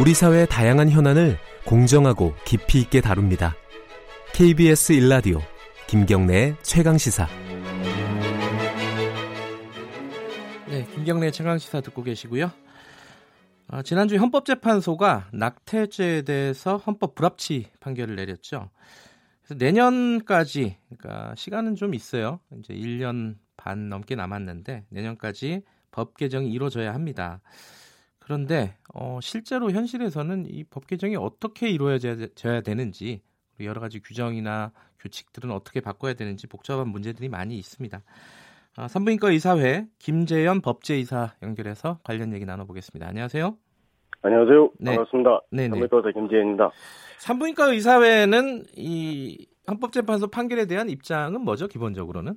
우리 사회의 다양한 현안을 공정하고 깊이 있게 다룹니다. KBS 일라디오 김경래의 최강 시사. 네, 김경래 최강 시사 듣고 계시고요. 아, 지난주 헌법재판소가 낙태죄에 대해서 헌법 불합치 판결을 내렸죠. 그래서 내년까지 그러니까 시간은 좀 있어요. 이제 1년 반 넘게 남았는데 내년까지 법 개정이 이루어져야 합니다. 그런데 어, 실제로 현실에서는 이 법 개정이 어떻게 이루어져야 되는지 그리고 여러 가지 규정이나 규칙들은 어떻게 바꿔야 되는지 복잡한 문제들이 많이 있습니다. 아, 산부인과 의사회 김재현 법제이사 연결해서 관련 얘기 나눠보겠습니다. 안녕하세요. 안녕하세요. 네. 반갑습니다. 네, 네. 산부인과사 김재현입니다. 산부인과 의사회는 이 헌법재판소 판결에 대한 입장은 뭐죠? 기본적으로는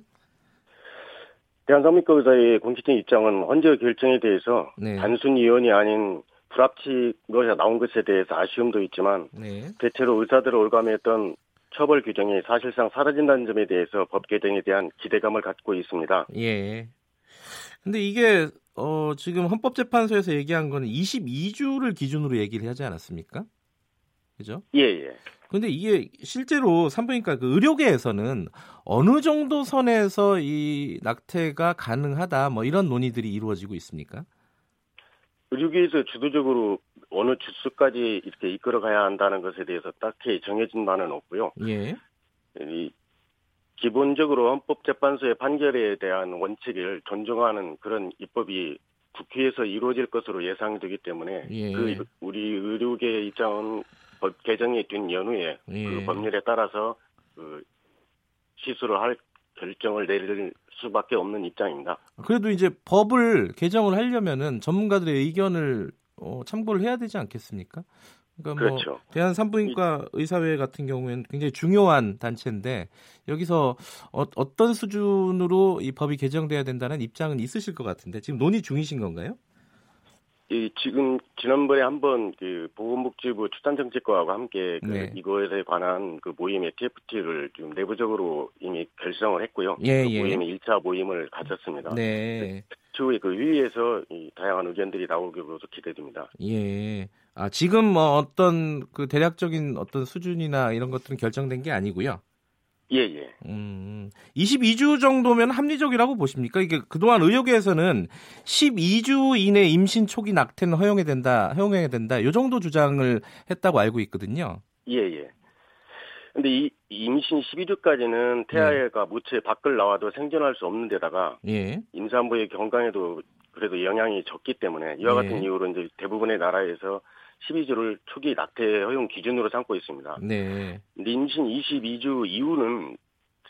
대한산부인과 의사의 공식적인 입장은 헌재 결정에 대해서 네. 단순 이혼이 아닌 불합치 것이 나온 것에 대해서 아쉬움도 있지만 네. 대체로 의사들을 올감했던 처벌 규정이 사실상 사라진다는 점에 대해서 법 개정에 대한 기대감을 갖고 있습니다. 예. 근데 이게 어, 지금 헌법재판소에서 얘기한 거는 22주를 기준으로 얘기를 하지 않았습니까? 그죠? 예, 예. 근데 이게 실제로 산부인과 그 의료계에서는 어느 정도 선에서 이 낙태가 가능하다 뭐 이런 논의들이 이루어지고 있습니까? 의료계에서 주도적으로 어느 주수까지 이렇게 이끌어가야 한다는 것에 대해서 딱히 정해진 바는 없고요. 예. 이 기본적으로 헌법재판소의 판결에 대한 원칙을 존중하는 그런 입법이 국회에서 이루어질 것으로 예상되기 때문에 예. 그 우리 의료계 입장은 법 개정이 된 연후에 예. 그 법률에 따라서 그 시수를 할 결정을 내릴 수밖에 없는 입장입니다. 그래도 이제 법을 개정을 하려면은 전문가들의 의견을 어, 참고를 해야 되지 않겠습니까? 그러니까 뭐 그렇죠. 대한 산부인과 의사회 같은 경우에는 굉장히 중요한 단체인데 여기서 어, 떤 수준으로 이 법이 개정돼야 된다는 입장은 있으실 것 같은데 지금 논의 중이신 건가요? 이 지금 지난번에 한번 그 보건복지부 추산정책과하고 함께 그 네. 이거에 관한 그 모임의 TFT를 지금 내부적으로 이미 결성을 했고요. 예, 그 예. 모임이 1차 모임을 가졌습니다. 네. 추후에 그 위에서 이 다양한 의견들이 나오기로서 기대됩니다. 예. 아, 지금 뭐 어떤 그 대략적인 어떤 수준이나 이런 것들은 결정된 게 아니고요. 예, 예. 음, 22주 정도면 합리적이라고 보십니까? 이게 그동안 의료계에서는 12주 이내 임신 초기 낙태는 허용해야 된다, 허용해야 된다, 요 정도 주장을 했다고 알고 있거든요. 예, 예. 근데 이 임신 12주까지는 네. 태아가 무채 밖을 나와도 생존할 수 없는 데다가 예, 임산부의 건강에도 그래도 영향이 적기 때문에 이와 같은 예. 이유로 이제 대부분의 나라에서 12주를 초기 낙태 허용 기준으로 삼고 있습니다. 네, 근데 임신 22주 이후는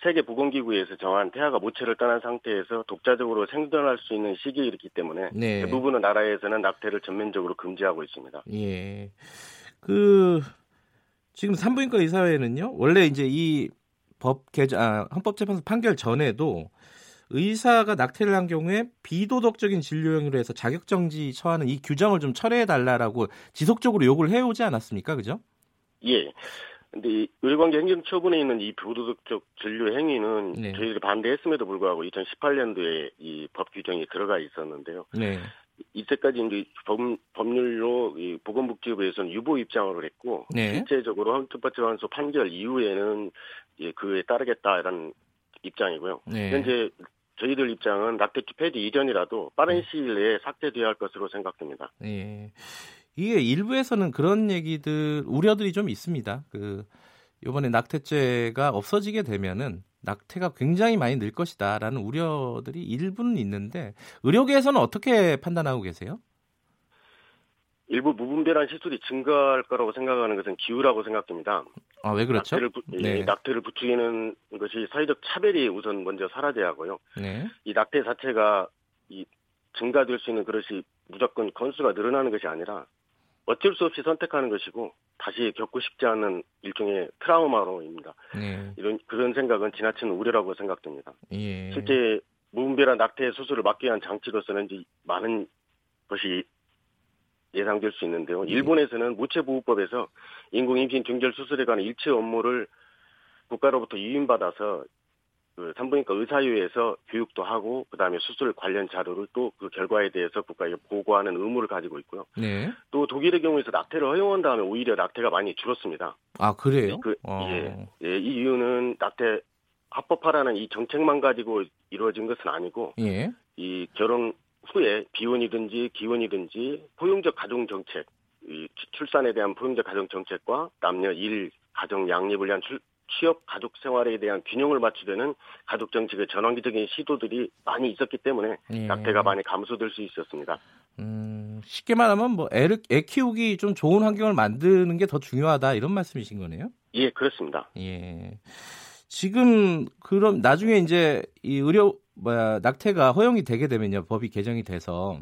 세계 보건기구에서 정한 태아가 모체를 떠난 상태에서 독자적으로 생존할 수 있는 시기이기 때문에 네. 대부분의 나라에서는 낙태를 전면적으로 금지하고 있습니다. 예. 그 지금 산부인과 의사회는요. 원래 이제 이 법 개정 아, 헌법재판소 판결 전에도 의사가 낙태를 한 경우에 비도덕적인 진료 행위로 해서 자격 정지 처하는 이 규정을 좀 철회해 달라라고 지속적으로 요구를 해 오지 않았습니까? 그죠? 예. 근데 이 의료관계 행정처분에 있는 이 부도덕적 진료 행위는 네. 저희들이 반대했음에도 불구하고 2018년도에 이 법 규정이 들어가 있었는데요. 네. 이때까지 이제 법, 법률로 이 보건복지부에서는 유보 입장을 했고 네. 실제적으로 헌법재판소 판결 이후에는 예, 그에 따르겠다라는 입장이고요. 네. 현재 저희들 입장은 낙태죄 폐지 이전이라도 빠른 네. 시일 내에 삭제돼야 할 것으로 생각됩니다. 예. 이게 일부에서는 그런 얘기들 우려들이 좀 있습니다. 그 이번에 낙태죄가 없어지게 되면은 낙태가 굉장히 많이 늘 것이다라는 우려들이 일부는 있는데 의료계에서는 어떻게 판단하고 계세요? 일부 무분별한 시술이 증가할 거라고 생각하는 것은 기우라고 생각됩니다. 아, 왜 그렇죠? 낙태를, 부, 예, 네. 낙태를 부추기는 것이 사회적 차별이 우선 먼저 사라져야 하고요. 네. 이 낙태 자체가 이 증가될 수 있는 그것이 무조건 건수가 늘어나는 것이 아니라 어쩔 수 없이 선택하는 것이고 다시 겪고 싶지 않은 일종의 트라우마로입니다. 네. 이런 그런 생각은 지나친 우려라고 생각됩니다. 예. 실제 무분별한 낙태 수술을 막기 위한 장치로서는 이제 많은 것이 예상될 수 있는데요. 일본에서는 무체보호법에서 인공임신 중절 수술에 관한 일체 업무를 국가로부터 유인받아서 그 산부인과 의사위에서 교육도 하고 그다음에 수술 관련 자료를 또 그 결과에 대해서 국가에 보고하는 의무를 가지고 있고요. 네. 또 독일의 경우에서 낙태를 허용한 다음에 오히려 낙태가 많이 줄었습니다. 아 그래요? 그, 어. 예, 예, 이 이유는 낙태 합법화라는 이 정책만 가지고 이루어진 것은 아니고 예. 이 결혼 후에 비혼이든지 기혼이든지 포용적 가정 정책, 이 추- 출산에 대한 포용적 가정 정책과 남녀 일 가정 양립을 위한 출- 취업 가족 생활에 대한 균형을 맞추려는 가족 정책의 전환기적인 시도들이 많이 있었기 때문에 예. 낙태가 많이 감소될 수 있었습니다. 음, 쉽게 말하면 뭐 애를 애 키우기 좀 좋은 환경을 만드는 게 더 중요하다 이런 말씀이신 거네요. 예, 그렇습니다. 예. 지금 그럼 나중에 이제 이 의료 뭐야 낙태가 허용이 되게 되면요 법이 개정이 돼서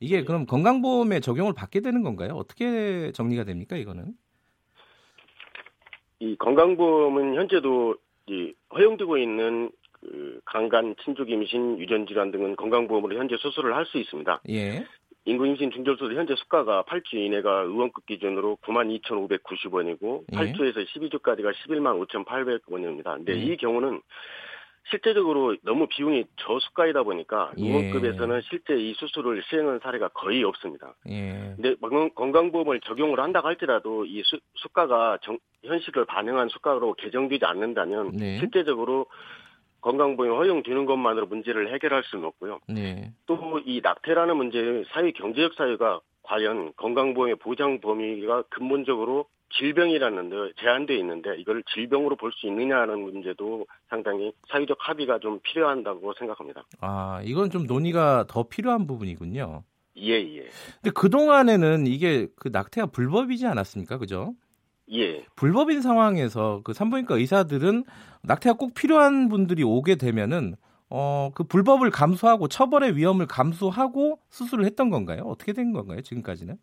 이게 그럼 건강보험에 적용을 받게 되는 건가요? 어떻게 정리가 됩니까 이거는? 이 건강보험은 현재도 이 허용되고 있는 그 강간, 친족 임신, 유전 질환 등은 건강보험으로 현재 수술을 할 수 있습니다. 예. 인구 임신 중절수술 현재 수가가 8주 이내가 의원급 기준으로 92,590원이고 예. 8주에서 12주까지가 115,800원입니다. 5 근데 예. 이 경우는 실제적으로 너무 비용이 저수가이다 보니까 예. 의원급에서는 실제 이 수술을 시행한 사례가 거의 없습니다. 예. 근데 건강- 건강보험을 적용을 한다고 할지라도 이 수, 수가가 정- 현실을 반영한 수가로 개정되지 않는다면 네. 실제적으로 건강보험 허용되는 것만으로 문제를 해결할 수는 없고요. 네. 또 이 낙태라는 문제의 사회 경제적 사유가 과연 건강보험의 보장 범위가 근본적으로 질병이라는 데 제한돼 있는데 이걸 질병으로 볼 수 있느냐는 문제도 상당히 사회적 합의가 좀 필요한다고 생각합니다. 아 이건 좀 논의가 더 필요한 부분이군요. 예, 예. 근데 그 동안에는 이게 그 낙태가 불법이지 않았습니까? 그죠? 예. 불법인 상황에서 그 산부인과 의사들은 낙태가 꼭 필요한 분들이 오게 되면은 어, 그 불법을 감수하고 처벌의 위험을 감수하고 수술을 했던 건가요? 어떻게 된 건가요? 지금까지는?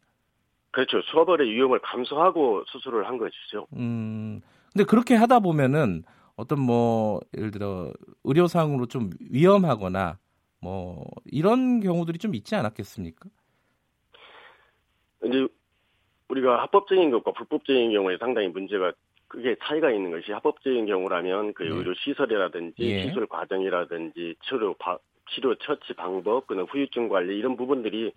그렇죠. 수업벌의 위험을 감소하고 수술을 한 것이죠. 음. 근데 그렇게 하다 보면은 어떤 뭐 예를 들어 의료상으로 좀 위험하거나 뭐 이런 경우들이 좀 있지 않았겠습니까? 이제 우리가 합법적인 것과 불법적인 경우에 상당히 문제가 크게 차이가 있는 것이 합법적인 경우라면 그 네. 의료 시설이라든지 예. 시술 과정이라든지 치료 바- 치료 처치 방법 그는 후유증 관리 이런 부분들이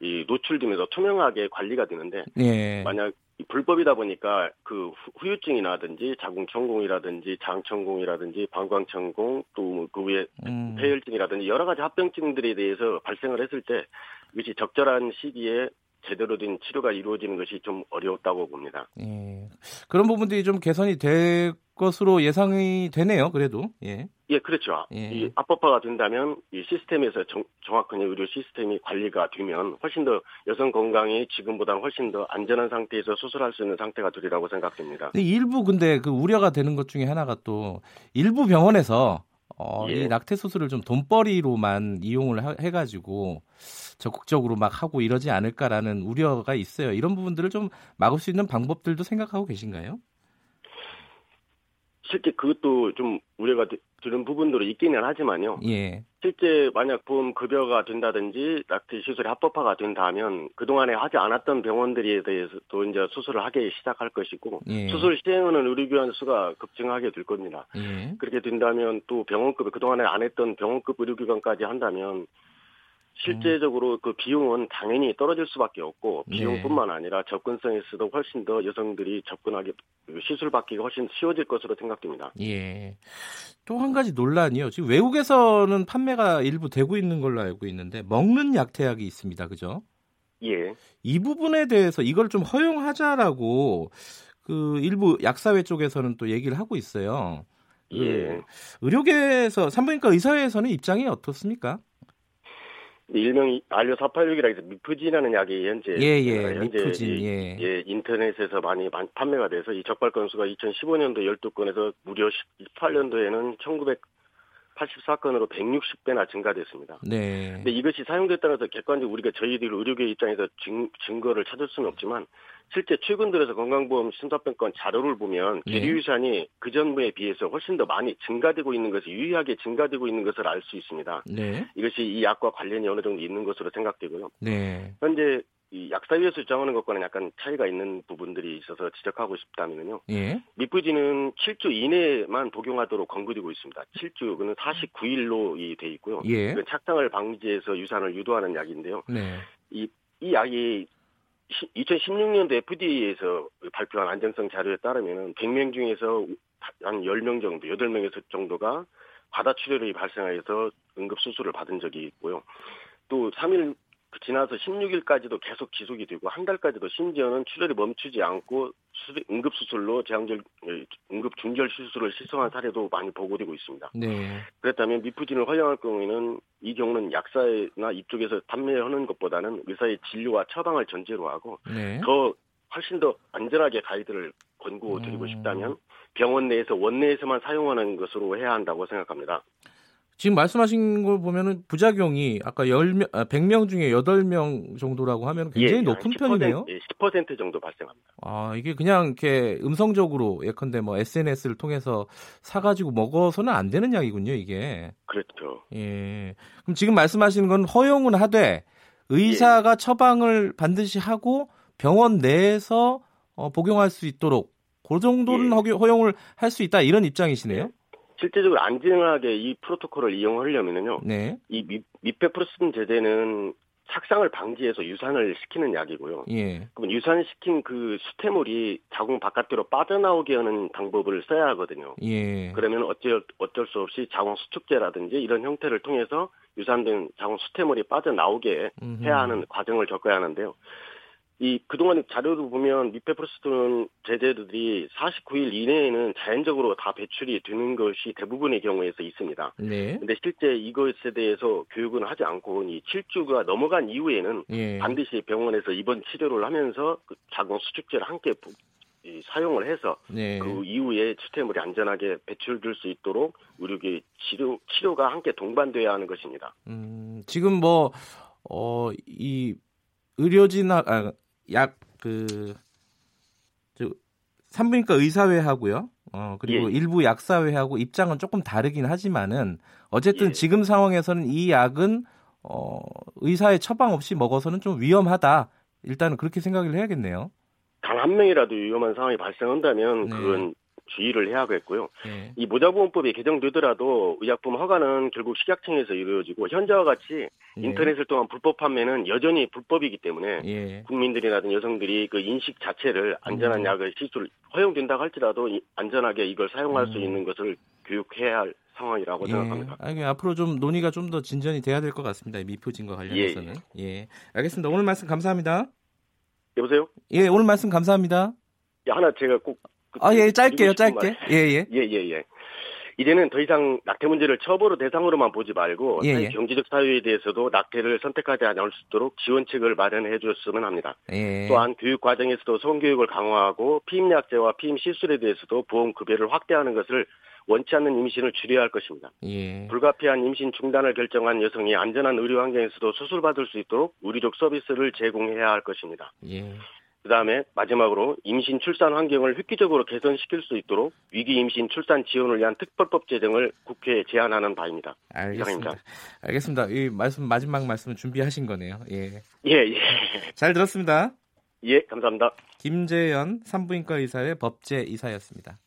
이 노출되면서 투명하게 관리가 되는데 예. 만약 이 불법이다 보니까 그 후- 후유증이라든지 자궁천공이라든지 장천공이라든지 방광천공 또 그 외에 음. 폐혈증이라든지 여러 가지 합병증들에 대해서 발생을 했을 때 이것이 적절한 시기에 제대로 된 치료가 이루어지는 것이 좀 어려웠다고 봅니다. 예. 그런 부분들이 좀 개선이 될 것으로 예상이 되네요. 그래도. 예. 예, 그렇죠. 예. 이 합법화가 된다면 이 시스템에서 정, 정확한 의료 시스템이 관리가 되면 훨씬 더 여성 건강이 지금보다 훨씬 더 안전한 상태에서 수술할 수 있는 상태가 되리라고 생각됩니다. 근데 일부 근데 그 우려가 되는 것 중에 하나가 또 일부 병원에서 어, 예. 이 낙태 수술을 좀 돈벌이로만 이용을 하- 해가지고 적극적으로 막 하고 이러지 않을까라는 우려가 있어요. 이런 부분들을 좀 막을 수 있는 방법들도 생각하고 계신가요? 실제 그것도 좀 우려가 되- 드는 부분들이 있기는 하지만요. 예, 실제 만약 보험 급여가 된다든지 낙태 시술이 합법화가 된다면 그동안에 하지 않았던 병원들에 대해서도 이제 수술을 하기 시작할 것이고 예, 수술 시행하는 의료기관 수가 급증하게 될 겁니다. 예, 그렇게 된다면 또 병원급 그동안에 안 했던 병원급 의료기관까지 한다면 실제적으로 그 비용은 당연히 떨어질 수밖에 없고 네. 비용뿐만 아니라 접근성에서도 훨씬 더 여성들이 접근하기 시술 받기가 훨씬 쉬워질 것으로 생각됩니다. 예. 또 한 가지 논란이요. 지금 외국에서는 판매가 일부 되고 있는 걸로 알고 있는데 먹는 약태약이 있습니다. 그죠? 예, 이 부분에 대해서 이걸 좀 허용하자라고 그 일부 약사회 쪽에서는 또 얘기를 하고 있어요. 예. 그 의료계에서 산부인과 의사회에서는 입장이 어떻습니까? 일명 알료 486이라 해서 미프진이라는 약이 현재 예예, 현재 리프진 이- 예. 예, 인터넷에서 많이 만- 판매가 돼서 이 적발 건수가 2015년도 12건에서 무려 18년도에는 1984건으로 160배나 증가됐습니다. 네. 근데 이것이 사용됐다는 서 객관적 우리가 저희들 의료계 입장에서 증, 증거를 찾을 수는 없지만 실제 최근 들어서 건강보험 심사평가원 자료를 보면 네. 기류유산이 그 전부에 비해서 훨씬 더 많이 증가되고 있는 것을 유의하게 증가되고 있는 것을 알 수 있습니다. 네. 이것이 이 약과 관련이 어느 정도 있는 것으로 생각되고요. 네. 현재 이 약사위에서 주장하는 것과는 약간 차이가 있는 부분들이 있어서 지적하고 싶다면요. 예. 미꾸지는 7주 이내만 복용하도록 권고되고 있습니다. 7주, 그는 49일로 이 돼 있고요. 예. 그 착상을 방지해서 유산을 유도하는 약인데요. 네. 이 약이 2016년도 FDA에서 발표한 안전성 자료에 따르면 100명 중에서 한 10명 정도, 8명에서 정도가 과다출혈이 발생하여서 응급수술을 받은 적이 있고요. 또 3일 지나서 16일까지도 계속 지속이 되고 한 달까지도 심지어는 출혈이 멈추지 않고 수술- 응급수술로 재앙절, 응급중절 수술을 실성한 사례도 많이 보고되고 있습니다. 네. 그렇다면 미프진을 활용할 경우에는 이 경우는 약사나 이쪽에서 판매하는 것보다는 의사의 진료와 처방을 전제로 하고 네. 더 훨씬 더 안전하게 가이드를 권고드리고 음. 싶다면 병원 내에서 원내에서만 사용하는 것으로 해야 한다고 생각합니다. 지금 말씀하신 걸 보면은 부작용이 아까 10명, 아, 100명 중에 8명 정도라고 하면 굉장히 예, 높은 한10% 편이네요. 예, 10% 정도 발생합니다. 아, 이게 그냥 이렇게 음성적으로 예컨대 뭐 SNS를 통해서 사가지고 먹어서는 안 되는 약이군요, 이게. 그렇죠. 예. 그럼 지금 말씀하시는 건 허용은 하되 예. 의사가 처방을 반드시 하고 병원 내에서 어, 복용할 수 있도록 그 정도는 예. 허- 허용을 할 수 있다 이런 입장이시네요. 실제적으로 안전하게 이 프로토콜을 이용하려면요, 네. 이 미- 미페프로스틴 제제는 착상을 방지해서 유산을 시키는 약이고요. 예. 그럼 유산시킨 그 수태물이 자궁 바깥으로 빠져나오게 하는 방법을 써야 하거든요. 예. 그러면 어쩔, 어쩔 수 없이 자궁 수축제라든지 이런 형태를 통해서 유산된 자궁 수태물이 빠져나오게 음흠. 해야 하는 과정을 겪어야 하는데요. 이 그동안 자료를 보면 미페프로스톤 제제들이 49일 이내에는 자연적으로 다 배출이 되는 것이 대부분의 경우에서 있습니다. 네. 근데 실제 이것에 대해서 교육은 하지 않고 이 7주가 넘어간 이후에는 예. 반드시 병원에서 입원 치료를 하면서 그 자궁 수축제를 함께 부- 이 사용을 해서 네. 그 이후에 수태물이 안전하게 배출될 수 있도록 의료계 치료 치료가 함께 동반돼야 하는 것입니다. 음, 지금 뭐, 어, 이, 의료진학, 아, 약, 그, 저, 산부인과 의사회하고요. 어, 그리고 예. 일부 약사회하고 입장은 조금 다르긴 하지만은, 어쨌든 예. 지금 상황에서는 이 약은, 어, 의사의 처방 없이 먹어서는 좀 위험하다. 일단은 그렇게 생각을 해야겠네요. 단 한 명이라도 위험한 상황이 발생한다면 네. 그건 주의를 해야겠고요. 예. 이 모자보험법이 개정되더라도 의약품 허가는 결국 식약청에서 이루어지고 현재와 네. 같이 인터넷을 통한 불법 판매는 여전히 불법이기 때문에 예. 국민들이라든 여성들이 그 인식 자체를 안전한 음. 약을 시술 허용된다 할지라도 이- 안전하게 이걸 사용할 수 음. 있는 것을 교육해야 할 상황이라고 생각합니다. 아, 이게 앞으로 좀 논의가 좀 더 진전이 돼야 될 것 같습니다. 이 미표진과 관련해서는. 예. 알겠습니다. 오늘 말씀 감사합니다. 여보세요? 예, 오늘 말씀 감사합니다. 예, 하나 제가 꼭 그- 아, 예, 드리고 짧게요, 싶은 짧게. 말. 예, 예. 예, 예, 예. 이제는 더 이상 낙태 문제를 처벌의 대상으로만 보지 말고 예, 사회 예. 경제적 사유에 대해서도 낙태를 선택하지 않을 수 있도록 지원책을 마련해 주었으면 합니다. 예. 또한 교육 과정에서도 성교육을 강화하고 피임약제와 피임 시술에 대해서도 보험 급여를 확대하는 것을 원치 않는 임신을 줄여야 할 것입니다. 예. 불가피한 임신 중단을 결정한 여성이 안전한 의료 환경에서도 수술받을 수 있도록 의료적 서비스를 제공해야 할 것입니다. 예. 그 다음에 마지막으로 임신 출산 환경을 획기적으로 개선시킬 수 있도록 위기 임신 출산 지원을 위한 특별법 제정을 국회에 제안하는 바입니다. 알겠습니다. 이상입니다. 알겠습니다. 이 말씀 마지막 말씀 준비하신 거네요. 예. 예, 예. 잘 들었습니다. 예, 감사합니다. 김재현 산부인과 의사의 법제 이사였습니다.